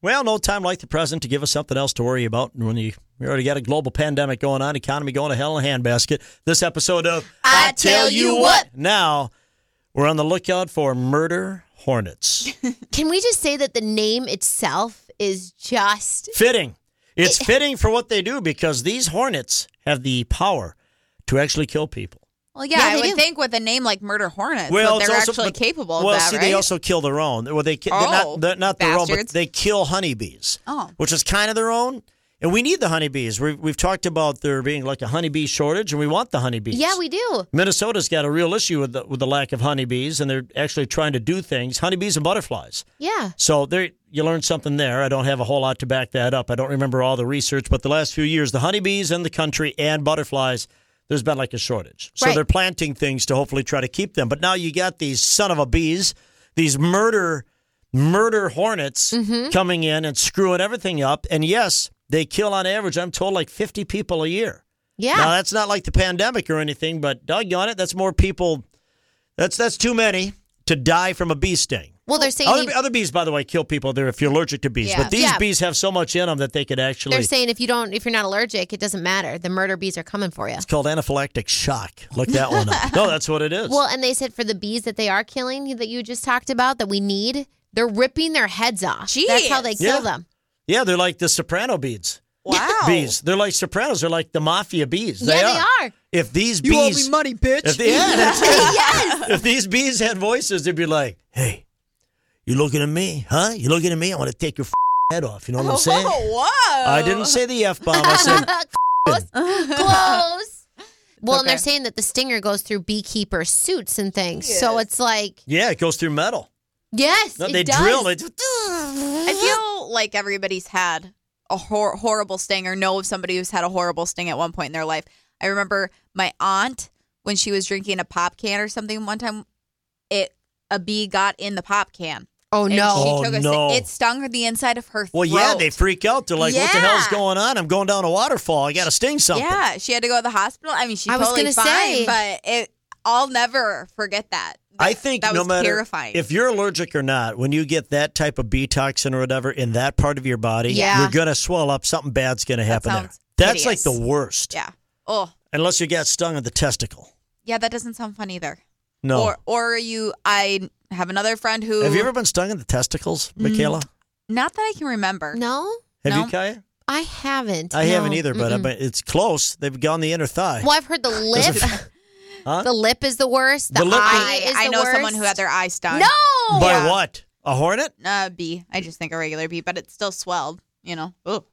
Well, no time like the present to give us something else to worry about. When you, we already got a global pandemic going on, economy going to hell in a handbasket. This episode of I Tell You What. Now we're on the lookout for murder hornets. Can we just say that the name itself is just fitting. It's fitting for what they do because these hornets have the power to actually kill people. Well, yeah, Yeah, I they do. would think with a name like Murder Hornets, that it's they're also- actually but- capable of well, that, see, right? they also kill their own. Well, they ki- they're Oh, not they're not their own, but bastards. they kill honeybees, Oh. which is kind of their own. And we need the honeybees. We've, we've talked about there being like a honeybee shortage, and we want the honeybees. Yeah, we do. Minnesota's got a real issue with the, with the lack of honeybees, and they're actually trying to do things honeybees and butterflies. Yeah. So there, you learned something there. I don't have a whole lot to back that up. I don't remember all the research, but the last few years, the honeybees in the country and butterflies, there's been like a shortage. So Right. they're planting things to hopefully try to keep them. But now you got these son of a bees, these murder, murder hornets Mm-hmm. coming in and screwing everything up. And yes, they kill on average. I'm told like 50 people a year. Yeah. Now that's not like the pandemic or anything, but doggone it, that's more people. That's that's too many to die from a bee sting. well, they're saying Other, you- other bees, by the way, kill people there if you're allergic to bees. Yeah. But these Yeah. bees have so much in them that they could actually. they're saying if you don't if you're not allergic, it doesn't matter. The murder bees are coming for you. it's called anaphylactic shock. Look that one up. No, that's what it is. Well, and they said for the bees that they are killing that you just talked about that we need, they're ripping their heads off. That's how they Jeez. Yeah. kill them. yeah, they're like the soprano bees. wow. Bees. They're like sopranos. They're like the mafia bees. Yeah, they are. are. If these You owe bees. me money, bitch. If, they, yeah, that's it. yes. if these bees had voices, they'd be like, hey, you looking at me, huh? You looking at me? I want to take your f- head off. You know what I'm saying? Whoa. I didn't say the F bomb. I said, Close. Close. Well, and they're Okay. saying that the stinger goes through beekeeper suits and things. So it's like, yeah, it goes through metal. yes, No, it they does. drill it. I feel like everybody's had a hor- horrible sting or know of somebody who's had a horrible sting at one point in their life. I remember my aunt when she was drinking a pop can or something one time, it a bee got in the pop can. Oh, And no. she Oh, took a no. It stung her the inside of her throat. Well, yeah, they freak out. They're like, what the Yeah. hell's going on? I'm going down a waterfall. I got to sting something. Yeah, she had to go to the hospital. I mean, she's I was totally gonna fine, say. but it. I'll never forget that. I That- think that no was matter terrifying. if you're allergic or not, when you get that type of bee toxin or whatever in that part of your body, Yeah. you're going to swell up. Something bad's going to happen there. sounds That's like hideous. the worst. yeah. Oh, Unless you got stung in the testicle. yeah. That doesn't sound fun either. No. Or or you. I have another friend who. Have you ever been stung in the testicles, Michaela? Not that I can remember. No, Have Mm, No. you, Kaya? I haven't. I No. haven't either, but I Mm-mm. bet it's close. They've gone the inner thigh. Well, I've heard the lip. Huh? The lip is the worst. The, The lip- eye I, is I the know worst. someone who had their eye stung. No. By Yeah. what? A hornet? Uh, bee. I just think a regular bee, but it still swelled. You know. Ugh.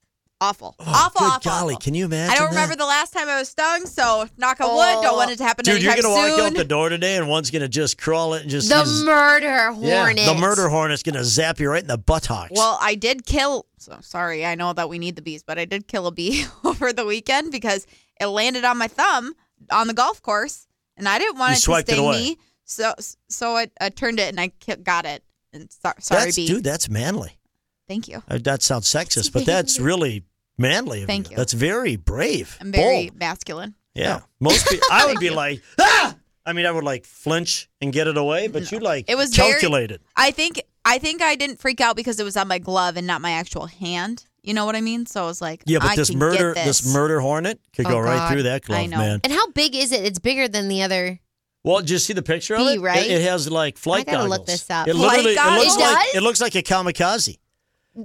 Awful. Oh, awful. good awful. golly, awful. can you imagine I don't that? remember the last time I was stung, so knock on wood. Oh. Don't want it to happen Dude, you're anytime gonna walk out soon. the door today, and one's gonna just crawl it and just The murder Yeah, hornet. the murder hornet's gonna zap you right in the buttocks. Well, I did kill. So sorry, I know that we need the bees, but I did kill a bee over the weekend because it landed on my thumb on the golf course, and I didn't want You it to swiped it sting away. me. So so I, I turned it and I ki- got it. And so, sorry, that's, bee. dude, that's manly. Thank you. Uh, That sounds sexist, but that's really manly. Of Thank you. That's very brave. I'm very bold. masculine. Yeah, most people. I would be like, ah! I mean, I would like flinch and get it away, but you like It was very- calculated. I think I think I didn't freak out because it was on my glove and not my actual hand. You know what I mean? So I was like, yeah, but I this can murder, get this. murder hornet could Oh, go right God. through that I glove, know. man. And how big is it? It's bigger than the other. Well, did you see the picture of Bee, it? It- right? It, has like flight I gotta goggles. look this up. It Flight literally, it looks goggles? like It does? it looks like a kamikaze.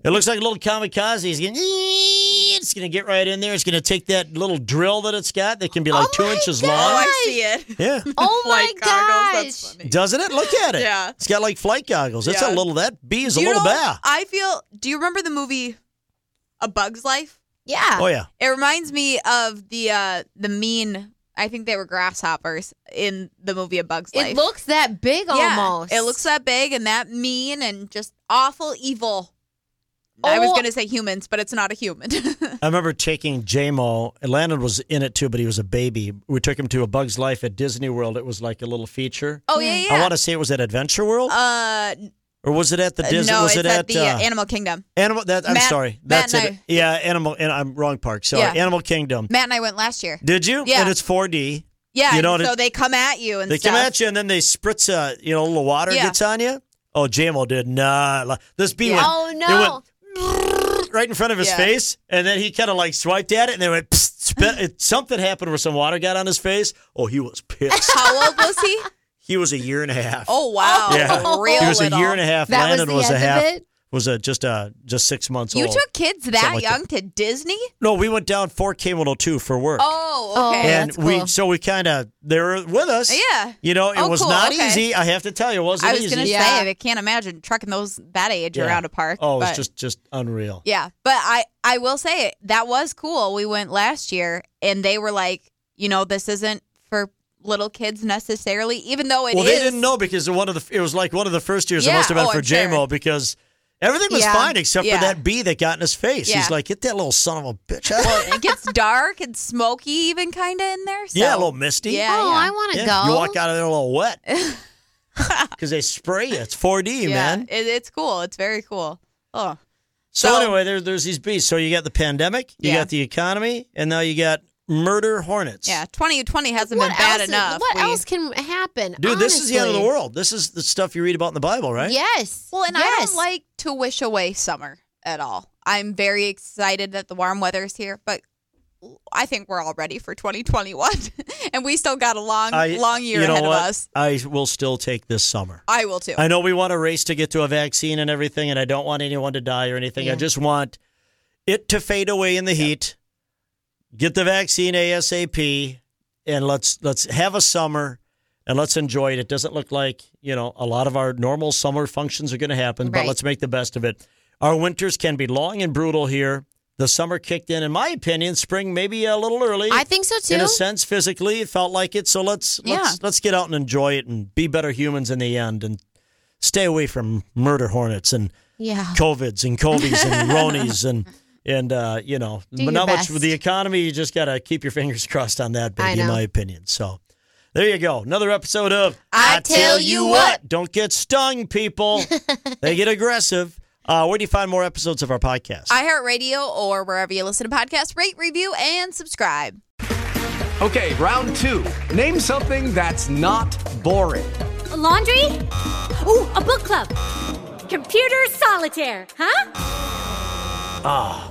It looks like a little kamikaze. He's going, it's going to get right in there. It's going to take that little drill that it's got that can be like Oh two my inches God. Oh, long. I see it. Yeah. Oh my Flight goggles, gosh. that's funny. Doesn't it? Look at it. Yeah. It's got like flight goggles. It's a Yeah. little, that bee is a Do you little know- bad. I feel. Do you remember the movie A Bug's Life? Yeah. Oh, yeah. It reminds me of the uh the mean. I think they were grasshoppers in the movie A Bug's Life. It looks that big Yeah, almost. It looks that big and that mean and just awful evil. I was Oh. going to say humans, but it's not a human. I remember taking JMO. Landon was in it too, but he was a baby. We took him to A Bug's Life at Disney World. It was like a little feature. oh yeah, yeah. I want to say it was at Adventure World, uh, or was it at the Disney? no, was it it's at, the uh, uh, Animal Kingdom. Animal? That, I'm Matt- sorry, Matt that's and it. I- Yeah, Animal. And I'm wrong park. Sorry, Yeah. Animal Kingdom. Matt and I went last year. Did you? Yeah. And it's 4D. Yeah, You know what so it- they come at you and They stuff. come at you and then they spritz a you know a little water Yeah. gets on you. Oh, JMO did not. li- This bee went. Oh, it no. went right in front of his Yeah. face, and then he kind of like swiped at it, and then went. Psst, spit. It, something happened where some water got on his face. Oh, he was pissed. How old was he? he was a year and a half. Oh wow, yeah. real he was little. a year and a half. That was Landon the was, end a of half. it? Was a just uh just six months You old. took kids that Something like that. young to Disney? no, we went down four K one hundred two for work. Oh, okay. and that's we cool. so we kind of they were with us. Yeah. you know it Oh, was cool. not Okay. easy. I have to tell you, it wasn't I was easy. gonna Yeah. say I can't imagine trucking those that age Yeah. around a park. Oh, but, it's just just unreal. yeah. But I I will say it that was cool. We went last year, and they were like, you know, this isn't for little kids necessarily, even though it is. well, they didn't know because one of the it was like one of the first years it Yeah, must have been oh, for I'm sure. JMO because everything was Yeah, fine except yeah. for that bee that got in his face. Yeah. He's like, get that little son of a bitch out. of here." It gets dark and smoky, even kind of in there. So. yeah, a little misty. Yeah, Oh, yeah. I want to Yeah, go. You walk out of there a little wet because they spray you. It's 4D, yeah. man. It, it's cool. It's very cool. Oh, So, So- anyway, there, there's these bees. So you got the pandemic, you Yeah. got the economy, and now you got murder hornets. yeah. Twenty twenty hasn't what been bad else, enough. What We- else can happen? Dude, this is the end of the honestly? world. This is the stuff you read about in the Bible, right? Yes. Well, and I yes. don't like to wish away summer at all. I'm very excited that the warm weather is here, but I think we're all ready for 2021, and we still got a long, I- long year you know ahead what? of us. I will still take this summer. I will too. I know we want to race to get to a vaccine and everything, and I don't want anyone to die or anything. I just want it to fade away in the heat. Get the vaccine ASAP, and let's let's have a summer and let's enjoy it. It doesn't look like you know a lot of our normal summer functions are going to happen, but Right. let's make the best of it. Our winters can be long and brutal here. The summer kicked in, in my opinion. Spring maybe a little early. I think so In too. a sense, physically, it felt like it. So let's let's let's get out and enjoy it and be better humans in the end and stay away from murder hornets and Yeah. covids and covies and ronies and and uh, you know Do but your not much best. with the economy. You just gotta keep your fingers crossed on that, I baby. In know. my opinion, so. There you go. Another episode of I Tell You What. Don't get stung, people. they get aggressive. Uh, where do you find more episodes of our podcast? iHeartRadio or wherever you listen to podcasts, rate, review, and subscribe. Okay, round two. Name something that's not boring. laundry? Ooh, a book club. Computer solitaire, huh? Ah,